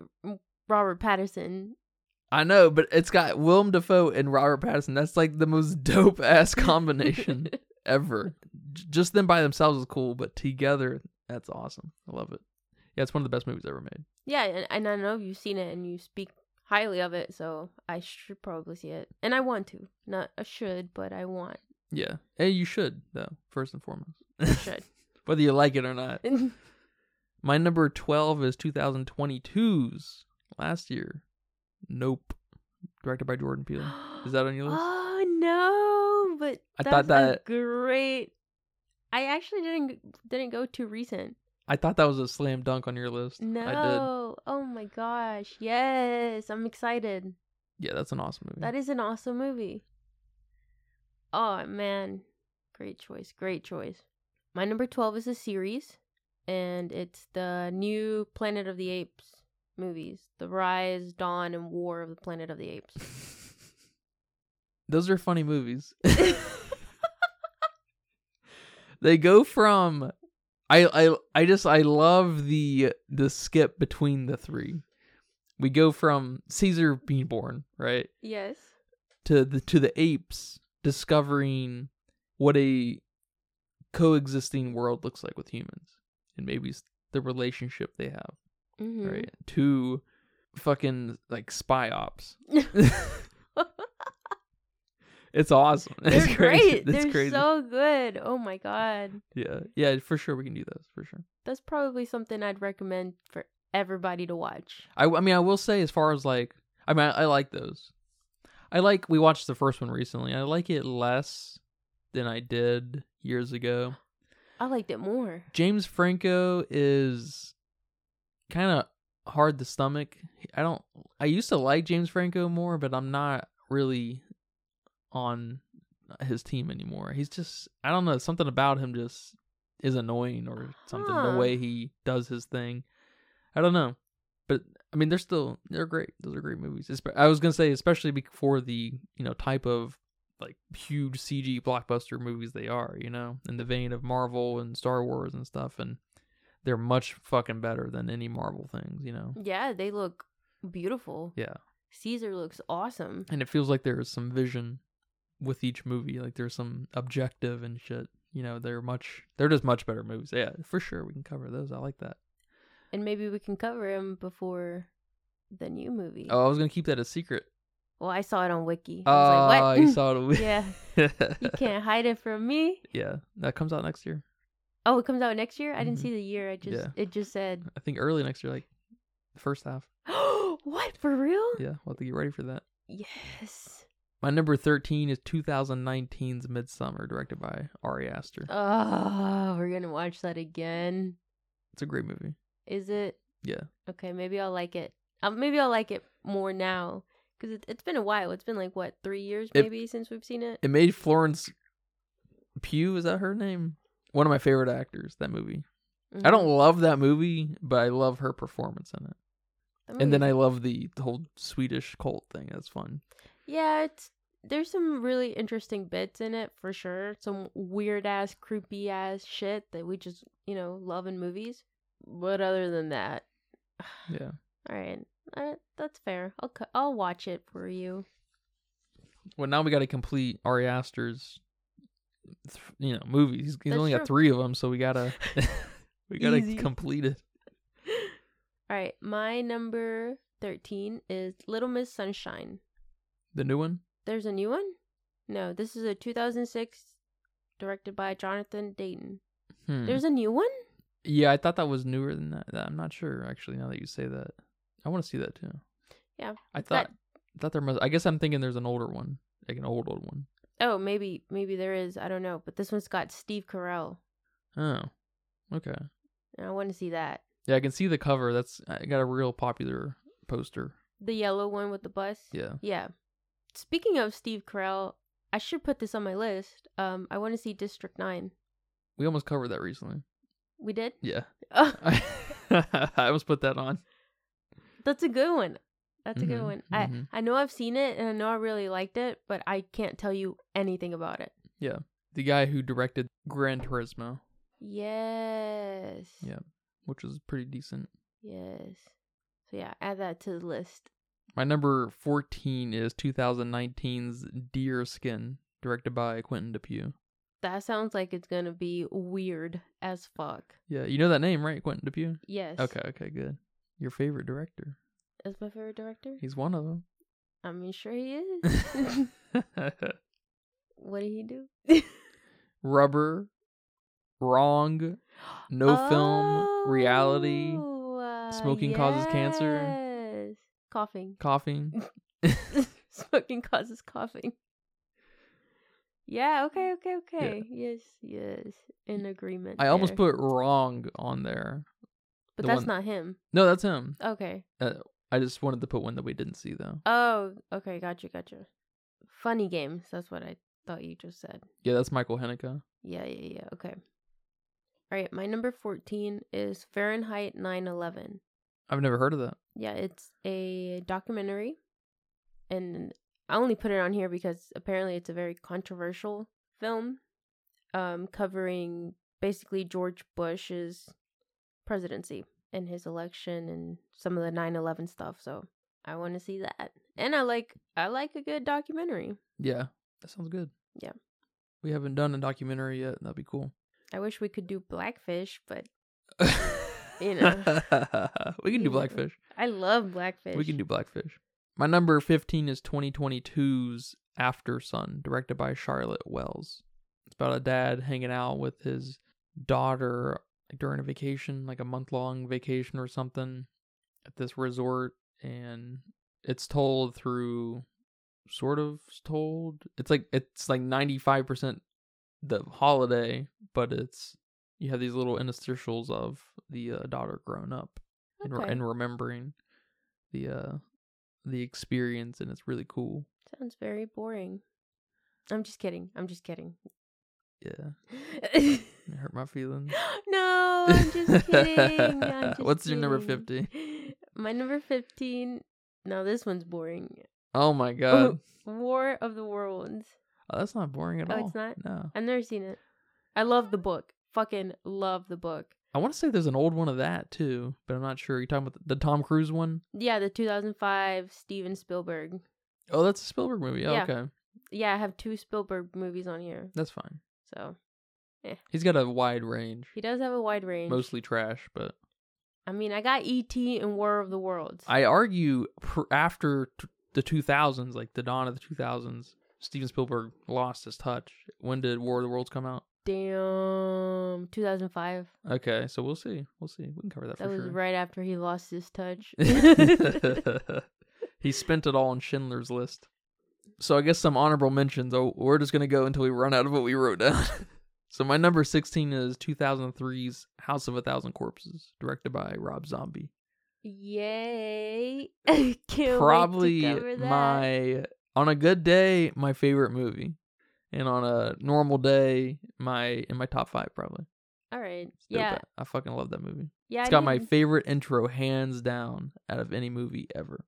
Speaker 1: Robert Pattinson.
Speaker 2: I know, but it's got Willem Dafoe and Robert Pattinson. That's like the most dope ass combination ever. J- Just them by themselves is cool, but together, that's awesome. I love it. Yeah, it's one of the best movies ever made.
Speaker 1: yeah, and, and I know you've seen it and you speak highly of it, so I should probably see it. And I want to. Not I should, but I want.
Speaker 2: Yeah, and you should though, first and
Speaker 1: I
Speaker 2: foremost,
Speaker 1: should.
Speaker 2: whether you like it or not. My number 12 is 2022's last year. Nope. Directed by Jordan Peele. Is that on your list?
Speaker 1: Oh no, but
Speaker 2: I
Speaker 1: that's
Speaker 2: thought
Speaker 1: a
Speaker 2: that-
Speaker 1: great I actually didn't didn't go too recent.
Speaker 2: I thought that was a slam dunk on your list. I
Speaker 1: No. Oh my gosh. Yes. I'm excited.
Speaker 2: did. Yeah, that's an awesome movie.
Speaker 1: That is an awesome movie. Oh man, great choice, great choice. My number twelve is a series, and it's the new Planet of the Apes movies: The Rise, Dawn, and War of the Planet of the Apes.
Speaker 2: Those are funny movies. they go from I I I just I love the the skip between the three. We go from Caesar being born, right?
Speaker 1: yes.
Speaker 2: to the to the apes discovering what a coexisting world looks like with humans and maybe it's the relationship they have
Speaker 1: Mm-hmm.
Speaker 2: right to fucking like spy ops it's awesome
Speaker 1: They're
Speaker 2: it's crazy
Speaker 1: great.
Speaker 2: it's
Speaker 1: They're
Speaker 2: crazy
Speaker 1: so good. Oh my god,
Speaker 2: yeah yeah for sure we can do this for sure
Speaker 1: that's probably something I'd recommend for everybody to watch.
Speaker 2: I, I mean, I will say as far as like, I mean, I, I like those. I like we watched the first one recently. I like it less than I did years ago.
Speaker 1: I liked it more.
Speaker 2: James Franco is kind of hard to stomach. I don't. I used to like James Franco more, but I'm not really on his team anymore. He's just. I don't know. Something about him just is annoying or something.
Speaker 1: Huh.
Speaker 2: The way he does his thing. I don't know. But I mean, they're still they're great. Those are great movies. Espe- I was gonna say, especially before the you know type of like huge CG blockbuster movies they are, you know, in the vein of Marvel and Star Wars and stuff, and they're much fucking better than any Marvel things, you know.
Speaker 1: Yeah, they look beautiful.
Speaker 2: Yeah,
Speaker 1: Caesar looks awesome.
Speaker 2: and it feels like there is some vision with each movie. Like there's some objective and shit. You know, they're much they're just much better movies. Yeah, for sure we can cover those. I like that.
Speaker 1: and maybe we can cover him before the new movie.
Speaker 2: Oh, I was gonna keep that a secret.
Speaker 1: Well, I saw it on Wiki.
Speaker 2: Oh,
Speaker 1: I was like,
Speaker 2: you
Speaker 1: what?
Speaker 2: saw it.
Speaker 1: yeah, you can't hide it from me.
Speaker 2: yeah, that comes out next year.
Speaker 1: Oh, it comes out next year. I didn't
Speaker 2: Mhm.
Speaker 1: see the year. I just
Speaker 2: Yeah.
Speaker 1: it just said,
Speaker 2: I think early next year, like first half.
Speaker 1: what for real?
Speaker 2: Yeah, we'll have to get ready for that.
Speaker 1: Yes.
Speaker 2: My number 13 is 2019's Midsummer, directed by Ari Aster.
Speaker 1: Oh, we're gonna watch that again.
Speaker 2: It's a great movie.
Speaker 1: Is it?
Speaker 2: Yeah.
Speaker 1: Okay, maybe I'll like it. Um, maybe I'll like it more now because it, it's been a while. It's been like what three years
Speaker 2: It-
Speaker 1: maybe since we've seen it.
Speaker 2: It made Florence Pugh, is that her name? One of my favorite actors, that movie. I don't love that movie, but I love her performance in it.
Speaker 1: Mm-hmm.
Speaker 2: And then I love the, the whole Swedish cult thing. That's fun.
Speaker 1: yeah, it's there's some really interesting bits in it for sure. Some weird ass, creepy ass shit that we just you know love in movies. But other than that,
Speaker 2: Yeah.
Speaker 1: all right, all right that's fair. I'll cu- I'll watch it for you.
Speaker 2: Well, now we got to complete Ari Aster's, th- you know, movies. He's, he's
Speaker 1: That's
Speaker 2: only got
Speaker 1: true.
Speaker 2: three of them, so we gotta we gotta
Speaker 1: Easy.
Speaker 2: complete it.
Speaker 1: All right, my number 13 is Little Miss Sunshine.
Speaker 2: The new one.
Speaker 1: There's a new one? No, this is a 2006 directed by Jonathan Dayton.
Speaker 2: Hmm.
Speaker 1: There's a new one?
Speaker 2: Yeah, I thought that was newer than that. that- I'm not sure actually. Now that you say that, I want to see that too.
Speaker 1: Yeah,
Speaker 2: I
Speaker 1: that-
Speaker 2: thought I thought there must. I guess I'm thinking there's an older one, like an old old one.
Speaker 1: Oh, maybe maybe there is. I don't know, but this one's got Steve Carell.
Speaker 2: Oh, okay.
Speaker 1: And I want to see that.
Speaker 2: Yeah, I can see the cover. That's I got a real popular poster.
Speaker 1: The yellow one with the bus?
Speaker 2: Yeah.
Speaker 1: Yeah. Speaking of Steve Carell, I should put this on my list. Um I want to see District 9.
Speaker 2: We almost covered that recently.
Speaker 1: We did?
Speaker 2: Yeah,
Speaker 1: Oh,
Speaker 2: I, almost put that on.
Speaker 1: that's a good one. That's a good
Speaker 2: Mhm,
Speaker 1: one.
Speaker 2: mhm.
Speaker 1: I I know I've seen it and I know I really liked it, but I can't tell you anything about it.
Speaker 2: The guy who directed Gran Turismo,
Speaker 1: Yes.
Speaker 2: Yeah. which was pretty decent.
Speaker 1: Yes. So yeah, add that to the list.
Speaker 2: My number 14 is 2019's Deer Skin, directed by Quentin Depew.
Speaker 1: That sounds like it's gonna be weird as fuck.
Speaker 2: Yeah, you know that name, right? Quentin Depew?
Speaker 1: Yes.
Speaker 2: Okay, okay, good. Your favorite director.
Speaker 1: Is my favorite director?
Speaker 2: He's one of them.
Speaker 1: I mean, sure he is. what did he do?
Speaker 2: Rubber, Wrong, No Film, Reality,
Speaker 1: Oh, uh,
Speaker 2: Smoking Causes Cancer.
Speaker 1: yes. Coughing.
Speaker 2: Coughing.
Speaker 1: Smoking causes coughing. Yeah, okay, okay, okay. Yes, yes. In agreement.
Speaker 2: I almost
Speaker 1: there.
Speaker 2: put Wrong on there.
Speaker 1: But
Speaker 2: the
Speaker 1: that's
Speaker 2: one-
Speaker 1: not him.
Speaker 2: No, that's him.
Speaker 1: Okay.
Speaker 2: I just wanted to put one that we didn't see, though.
Speaker 1: Oh, okay, gotcha, gotcha. Funny games, that's what I thought you just said.
Speaker 2: Yeah, that's Michael Haneke.
Speaker 1: Yeah, yeah, yeah. Okay. All right, my number 14 is Fahrenheit 9/11.
Speaker 2: I've never heard of that.
Speaker 1: Yeah, it's a documentary and I only put it on here because apparently it's a very controversial film um covering basically George Bush's presidency and his election and some of the 9/11 stuff, so I want to see that. And I like I like a good documentary.
Speaker 2: Yeah, that sounds good.
Speaker 1: Yeah.
Speaker 2: We haven't done a documentary yet. That'd be cool.
Speaker 1: I wish we could do Blackfish, but
Speaker 2: you
Speaker 1: know.
Speaker 2: we can
Speaker 1: You
Speaker 2: do
Speaker 1: know.
Speaker 2: Blackfish.
Speaker 1: I love Blackfish.
Speaker 2: We can do Blackfish. My number 15 is 2022's After Sun, directed by Charlotte Wells. It's about a dad hanging out with his daughter during a vacation, like a month long vacation or something, at this resort. And it's told through sort of told. It's like, it's like 95% the holiday, but it's, you have these little interstitials of the uh, daughter grown up and, re-
Speaker 1: Okay.
Speaker 2: and remembering the uh the experience and it's really cool.
Speaker 1: Sounds very boring. I'm just kidding. I'm just kidding.
Speaker 2: Yeah. It hurt my feelings.
Speaker 1: no, I'm just kidding. I'm just
Speaker 2: What's your number
Speaker 1: kidding. My number 15. Now this one's boring.
Speaker 2: Oh my god.
Speaker 1: War of the Worlds.
Speaker 2: Oh, that's not boring at
Speaker 1: Oh,
Speaker 2: all.
Speaker 1: it's not?
Speaker 2: No.
Speaker 1: I've never seen it. I love the book. Fucking love the book.
Speaker 2: I want to say there's an old one of that too, but I'm not sure. You're talking about the, the Tom Cruise one?
Speaker 1: Yeah, the 2005 Steven Spielberg.
Speaker 2: Oh, that's a Spielberg movie. Oh,
Speaker 1: Yeah.
Speaker 2: Okay.
Speaker 1: yeah, I have two Spielberg movies on here.
Speaker 2: That's fine.
Speaker 1: So
Speaker 2: He's got a wide range.
Speaker 1: he does have a wide range.
Speaker 2: Mostly trash, but
Speaker 1: I mean, I got E.T. and War of the Worlds.
Speaker 2: I argue pr- after t- the 2000s, like the dawn of the 2000s, Steven Spielberg lost his touch. When did War of the Worlds come out?
Speaker 1: Damn, 2005.
Speaker 2: Okay, so we'll see. We'll see. We can cover that,
Speaker 1: That
Speaker 2: for
Speaker 1: was
Speaker 2: sure.
Speaker 1: right after he lost his touch.
Speaker 2: he spent it all on Schindler's List. So I guess some honorable mentions. Oh, we're just gonna go until we run out of what we wrote down. so my number sixteen is 2003's House of a Thousand Corpses, directed by Rob Zombie.
Speaker 1: Yay! Can't
Speaker 2: Probably
Speaker 1: wait to cover that.
Speaker 2: my on a good day my favorite movie, and on a normal day my in my top five probably.
Speaker 1: All right.
Speaker 2: It's dope.
Speaker 1: Yeah.
Speaker 2: I fucking love that movie.
Speaker 1: Yeah.
Speaker 2: It's
Speaker 1: I
Speaker 2: got my
Speaker 1: didn't-
Speaker 2: favorite intro hands down out of any movie ever.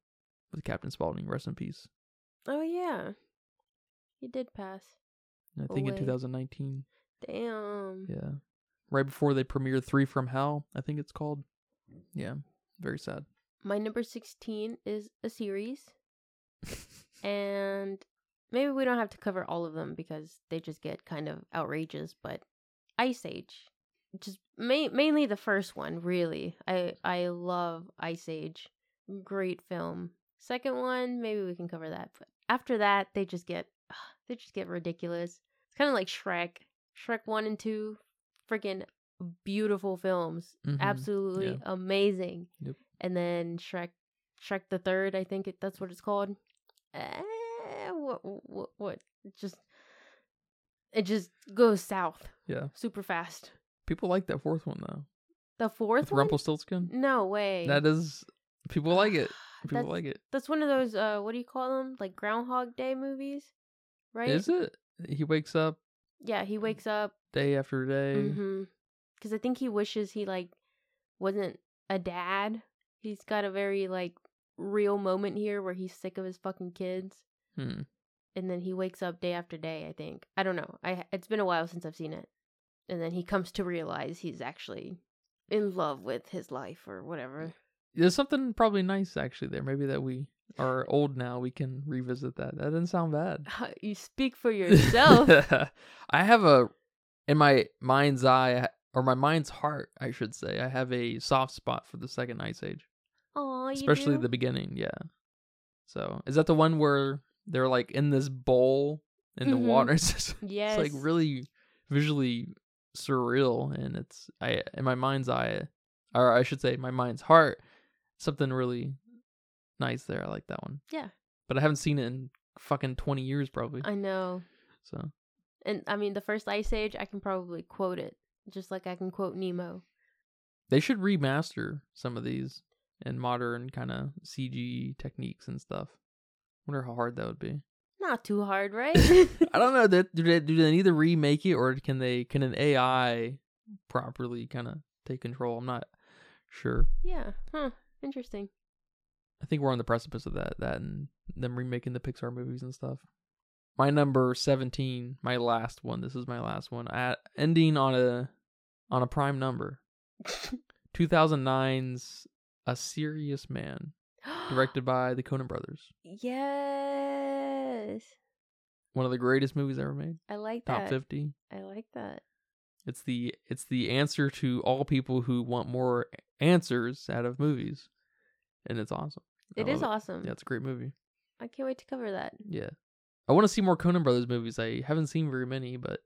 Speaker 2: With Captain Spaulding, rest in peace.
Speaker 1: oh yeah. He did pass.
Speaker 2: And I think in
Speaker 1: Away.
Speaker 2: 2019.
Speaker 1: Damn.
Speaker 2: Yeah. Right before they premiered Three from Hell, I think it's called. Yeah. Very sad.
Speaker 1: My number 16 is a series. and maybe we don't have to cover all of them because they just get kind of outrageous, but Ice Age. Just ma- mainly the first one, really. I I love Ice Age. Great film. Second one, maybe we can cover that. But after that, they just get they just get ridiculous. It's kind of like Shrek. Shrek 1 and 2, freaking beautiful films
Speaker 2: Mhm.
Speaker 1: absolutely
Speaker 2: Yeah.
Speaker 1: amazing.
Speaker 2: Yep.
Speaker 1: And then Shrek, Shrek the Third, I think it, that's what it's called. Eh, what, what, what? It just, it just goes south
Speaker 2: Yeah.
Speaker 1: super fast.
Speaker 2: People like that fourth one, though.
Speaker 1: The fourth
Speaker 2: With
Speaker 1: one?
Speaker 2: Rumpelstiltskin.
Speaker 1: No way.
Speaker 2: That is. People like it. People
Speaker 1: That's-
Speaker 2: like it.
Speaker 1: That's one of those. Uh, what do you call them? Like Groundhog Day movies, right?
Speaker 2: Is it? He wakes up
Speaker 1: Yeah, he wakes up.
Speaker 2: day after day.
Speaker 1: Mm-hmm. Because I think he wishes he like wasn't a dad. He's got a very like real moment here where he's sick of his fucking kids,
Speaker 2: Hmm.
Speaker 1: and then he wakes up day after day. I think I don't know. I it's been a while since I've seen it, and then he comes to realize he's actually in love with his life or whatever.
Speaker 2: There's something probably nice actually there. Maybe that we are old now. We can revisit that. That doesn't sound bad.
Speaker 1: you speak for yourself.
Speaker 2: I have a in my mind's eye or my mind's heart, I should say. I have a soft spot for the second Ice Age,
Speaker 1: Aw, Oh, you
Speaker 2: especially
Speaker 1: do?
Speaker 2: the beginning. Yeah. So is that the one where they're like in this bowl in the
Speaker 1: Mhm.
Speaker 2: water? It's, just-
Speaker 1: yes.
Speaker 2: it's like really visually surreal, and it's I in my mind's eye, or I should say my mind's heart, something really nice there. I like that one.
Speaker 1: Yeah.
Speaker 2: But I haven't seen it in fucking twenty years probably.
Speaker 1: I know.
Speaker 2: so.
Speaker 1: And I mean, the first Ice Age, I can probably quote it just like I can quote Nemo.
Speaker 2: They should remaster some of these in modern kind of CG techniques and stuff. Wonder how hard that would be.
Speaker 1: Not too hard, right?
Speaker 2: I don't know. That do they do they need to remake it, or can they can an AI properly kind of take control? I'm not sure.
Speaker 1: yeah. Huh. Interesting.
Speaker 2: I think we're on the precipice of that. That and them remaking the Pixar movies and stuff. My number seventeen, my last one. This is my last one. I, ending on a on a prime number. 2009's A Serious Man. directed by the Coen brothers.
Speaker 1: Yes.
Speaker 2: One of the greatest movies ever made.
Speaker 1: I like
Speaker 2: Top
Speaker 1: that.
Speaker 2: 50.
Speaker 1: I like that.
Speaker 2: It's the it's the answer to all people who want more answers out of movies. And it's awesome. I
Speaker 1: It is
Speaker 2: love
Speaker 1: awesome.
Speaker 2: Oh, Yeah, it's a great movie.
Speaker 1: I can't wait to cover that.
Speaker 2: Yeah. I want to see more Coen brothers movies. I haven't seen very many, but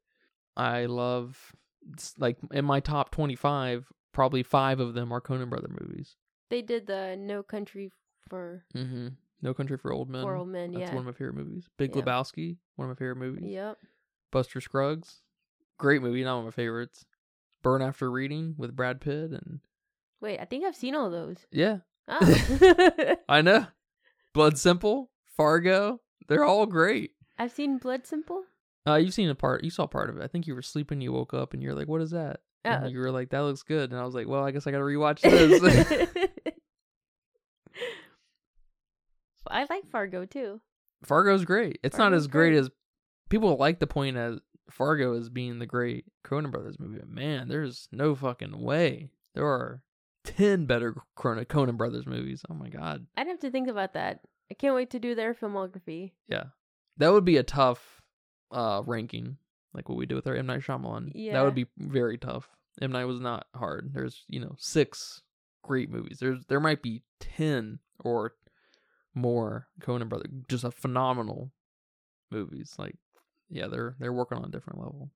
Speaker 2: I love it's like in my top 25, probably 5 of them are Coen brother movies.
Speaker 1: They did the No Country for
Speaker 2: Mhm. No Country for Old Men.
Speaker 1: Mm-hmm. for Old Men.
Speaker 2: That's
Speaker 1: Yeah.
Speaker 2: one of my favorite movies. Big
Speaker 1: Yeah.
Speaker 2: Lebowski, one of my favorite movies.
Speaker 1: Yep.
Speaker 2: Buster Scruggs, great movie, not one of my favorites. Burn After Reading with Brad Pitt, and
Speaker 1: Wait, I think I've seen all those.
Speaker 2: yeah,
Speaker 1: Oh.
Speaker 2: I know. Blood Simple, Fargo, they're all great.
Speaker 1: I've seen Blood Simple.
Speaker 2: Uh, you've seen a part, you saw part of it. I think you were sleeping, you woke up, and you're like, "What is that?"
Speaker 1: Oh.
Speaker 2: And you were like, "That looks good," and I was like, "Well, I guess I gotta rewatch this."
Speaker 1: I like Fargo too.
Speaker 2: Fargo's great. It's not
Speaker 1: Fargo's
Speaker 2: as great
Speaker 1: great.
Speaker 2: as people like the point as Fargo as being the great Conan Brothers movie. But man, there's no fucking way. There are ten better Conan Conan Brothers movies. Oh my god.
Speaker 1: I'd have to think about that. I can't wait to do their filmography.
Speaker 2: Yeah. That would be a tough uh ranking, like what we did with our M Night Shyamalan.
Speaker 1: Yeah.
Speaker 2: That would be very tough. M Night was not hard. There's you know six great movies. There's there might be ten or more Conan brother just a phenomenal movies. Like yeah, they're they're working on a different level.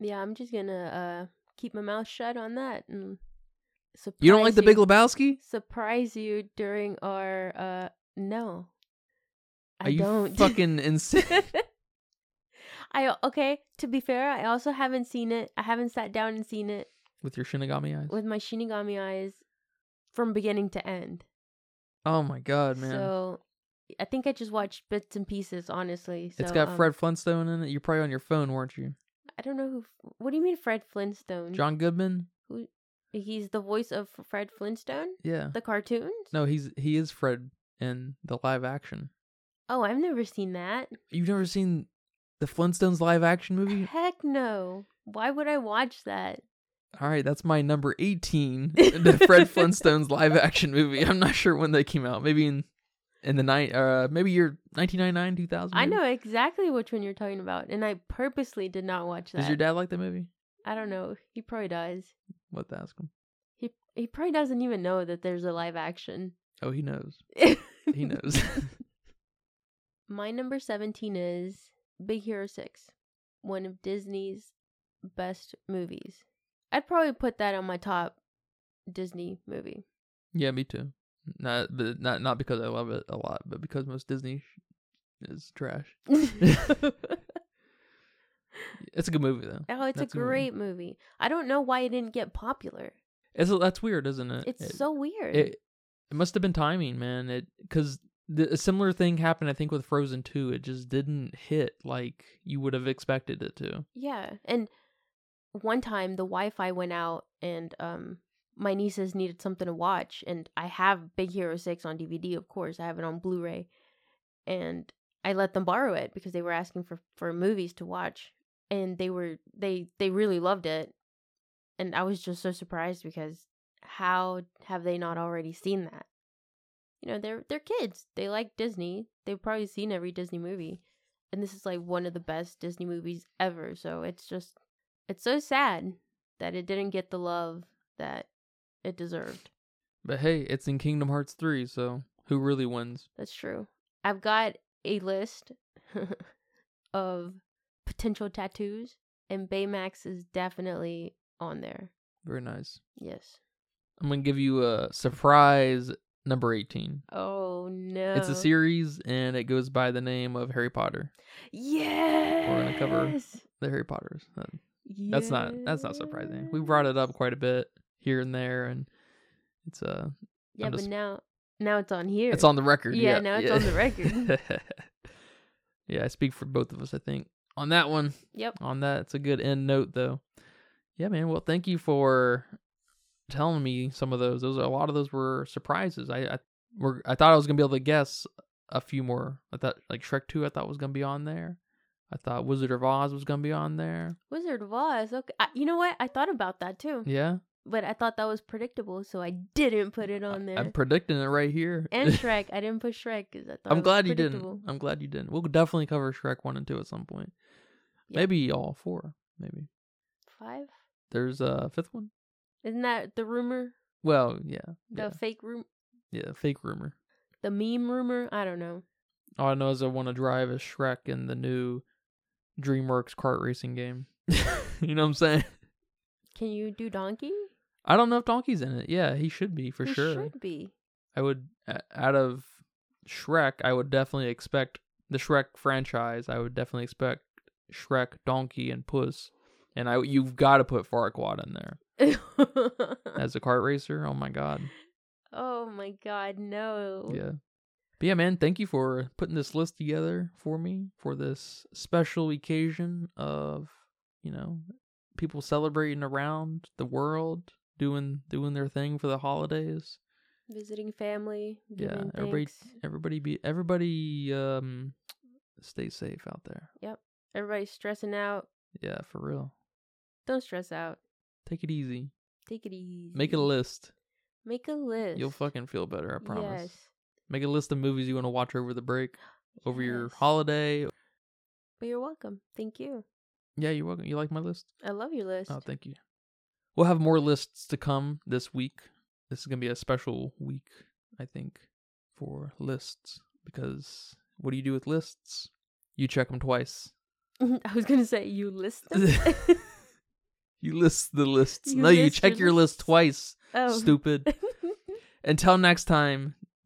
Speaker 1: Yeah, I'm just gonna uh keep my mouth shut on that and surprise
Speaker 2: You don't like the Big Lebowski?
Speaker 1: surprise you during our uh no.
Speaker 2: Are
Speaker 1: I
Speaker 2: you
Speaker 1: don't
Speaker 2: fucking insane?
Speaker 1: I okay, to be fair, I also haven't seen it. I haven't sat down and seen it
Speaker 2: with your Shinigami eyes?
Speaker 1: with my Shinigami eyes from beginning to end.
Speaker 2: oh my god, man.
Speaker 1: So I think I just watched bits and pieces, honestly. So,
Speaker 2: it's got
Speaker 1: um,
Speaker 2: Fred Flintstone in it. You're probably on your phone, weren't you?
Speaker 1: I don't know who. What do you mean, Fred Flintstone?
Speaker 2: John Goodman?
Speaker 1: He's the voice of Fred Flintstone,
Speaker 2: Yeah.
Speaker 1: the cartoons.
Speaker 2: No, he's he is Fred in the live action.
Speaker 1: Oh, I've never seen that.
Speaker 2: You've never seen the Flintstones live action movie?
Speaker 1: Heck no. Why would I watch that?
Speaker 2: All right, that's my number 18, the Fred Flintstones live action movie. I'm not sure when they came out. Maybe in in the night uh maybe year 1999, 2000.
Speaker 1: I
Speaker 2: maybe?
Speaker 1: know exactly which one you're talking about, and I purposely did not watch that.
Speaker 2: Does your dad like that movie?
Speaker 1: I don't know. He probably does.
Speaker 2: What to ask him?
Speaker 1: He he probably doesn't even know that there's a live action.
Speaker 2: Oh, he knows. He knows.
Speaker 1: My number 17 is Big Hero 6, one of Disney's best movies. I'd probably put that on my top Disney movie.
Speaker 2: yeah, me too. Not but not not because I love it a lot, but because most Disney sh- is trash.
Speaker 1: oh,
Speaker 2: It's a good movie though.
Speaker 1: it's
Speaker 2: That's
Speaker 1: a
Speaker 2: a movie.
Speaker 1: great movie. I don't know why it didn't get popular.
Speaker 2: It's that's weird, isn't it?
Speaker 1: It's
Speaker 2: It-
Speaker 1: so weird.
Speaker 2: it it must have been timing, man. It because a similar thing happened, I think, with Frozen Two. It just didn't hit like you would have expected it to.
Speaker 1: yeah. And one time the Wi-Fi went out and um my nieces needed something to watch and I have Big Hero 6 on DVD, of course. I have it on Blu-ray. And I let them borrow it because they were asking for for movies to watch and they were they they really loved it. And I was just so surprised because how have they not already seen that? You know, they're they're kids. They like Disney. They've probably seen every Disney movie. And this is like one of the best Disney movies ever. So it's just it's so sad that it didn't get the love that it deserved.
Speaker 2: But hey, it's in Kingdom Hearts Three, so who really wins?
Speaker 1: That's true. I've got a list of potential tattoos, and Baymax is definitely on there.
Speaker 2: Very nice.
Speaker 1: Yes.
Speaker 2: I'm gonna give you a surprise number eighteen.
Speaker 1: Oh no.
Speaker 2: It's a series, and it goes by the name of Harry Potter.
Speaker 1: Yes.
Speaker 2: gonna cover- The Harry Potters. That- That's not that's not surprising. We brought it up quite a bit here and there, and it's uh
Speaker 1: Yeah,
Speaker 2: I'm
Speaker 1: but
Speaker 2: just-
Speaker 1: now now it's on here.
Speaker 2: It's on the record.
Speaker 1: Yeah,
Speaker 2: Yeah,
Speaker 1: now it's on the record.
Speaker 2: yeah, I speak for both of us, I think. On that one,
Speaker 1: Yep.
Speaker 2: on that, it's a good end note, though. Yeah, man. Well, thank you for telling me some of those. Those a lot of those were surprises. I I, were, I thought I was gonna be able to guess a few more. I thought like Shrek Two, I thought was gonna be on there. I thought Wizard of Oz was gonna be on there.
Speaker 1: Wizard of Oz. Okay. I, you know what? I thought about that too.
Speaker 2: Yeah,
Speaker 1: But I thought that was predictable, so I didn't put it
Speaker 2: I-
Speaker 1: on there.
Speaker 2: I'm predicting it right here.
Speaker 1: and Shrek. I didn't put Shrek because I thought it
Speaker 2: I'm
Speaker 1: was
Speaker 2: glad you didn't.
Speaker 1: predictable.
Speaker 2: I'm glad you didn't. We'll definitely cover Shrek one and two at some point.
Speaker 1: Yeah.
Speaker 2: Maybe all four. Maybe
Speaker 1: Five.
Speaker 2: there's a fifth one.
Speaker 1: Isn't that the rumor?
Speaker 2: Well, yeah,
Speaker 1: The
Speaker 2: Yeah.
Speaker 1: fake rumor?
Speaker 2: yeah, fake rumor.
Speaker 1: The meme rumor? I don't know.
Speaker 2: All I know is I want to drive as Shrek in the new DreamWorks kart racing game. you know what I'm saying?
Speaker 1: Can you do donkey?
Speaker 2: I don't know if Donkey's in it. Yeah, he should be for
Speaker 1: He
Speaker 2: sure.
Speaker 1: should be.
Speaker 2: I would uh, out of Shrek, I would definitely expect the Shrek franchise. I would definitely expect Shrek, Donkey, and Puss. And I you've got to put Farquaad in there as a kart racer. Oh my god.
Speaker 1: oh my god, no.
Speaker 2: Yeah. But yeah, man, thank you for putting this list together for me for this special occasion of, you know, people celebrating around the world, doing doing their thing for the holidays.
Speaker 1: Visiting family.
Speaker 2: Yeah,
Speaker 1: giving
Speaker 2: everybody-
Speaker 1: thanks.
Speaker 2: Everybody be everybody um stay safe out there.
Speaker 1: Everybody's stressing out.
Speaker 2: Yeah, for real.
Speaker 1: Don't stress out.
Speaker 2: Take it easy.
Speaker 1: Take it easy.
Speaker 2: Make a list.
Speaker 1: Make a list.
Speaker 2: You'll fucking feel better, I promise.
Speaker 1: Yes.
Speaker 2: Make a list of movies you want to watch over the break, over your
Speaker 1: Yes.
Speaker 2: holiday,
Speaker 1: But you're welcome. Thank you.
Speaker 2: Yeah, you're welcome. You like my list?
Speaker 1: I love your list.
Speaker 2: Oh, thank you. We'll have more lists to come this week. This is gonna be a special week, I think, for lists because what do you do with lists? You check them twice.
Speaker 1: I was gonna say you list them.
Speaker 2: You list the lists.
Speaker 1: You
Speaker 2: no, you
Speaker 1: list
Speaker 2: check
Speaker 1: your
Speaker 2: your list
Speaker 1: lists.
Speaker 2: twice.
Speaker 1: oh.
Speaker 2: Stupid. Until next time,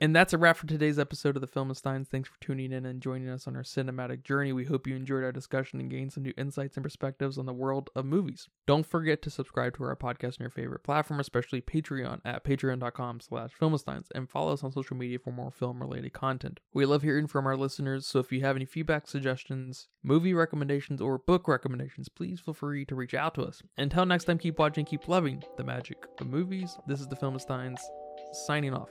Speaker 2: And that's a wrap for today's episode of the Film and Steins. Thanks for tuning in and joining us on our cinematic journey. We hope you enjoyed our discussion and gained some new insights and perspectives on the world of movies. Don't forget to subscribe to our podcast on your favorite platform, especially Patreon at patreon.com slash filmsteins, and follow us on social media for more film-related content. We love hearing from our listeners, so if you have any feedback, suggestions, movie recommendations, or book recommendations, please feel free to reach out to us. Until next time, keep watching, keep loving the magic of movies. This is the Filmsteins, signing off.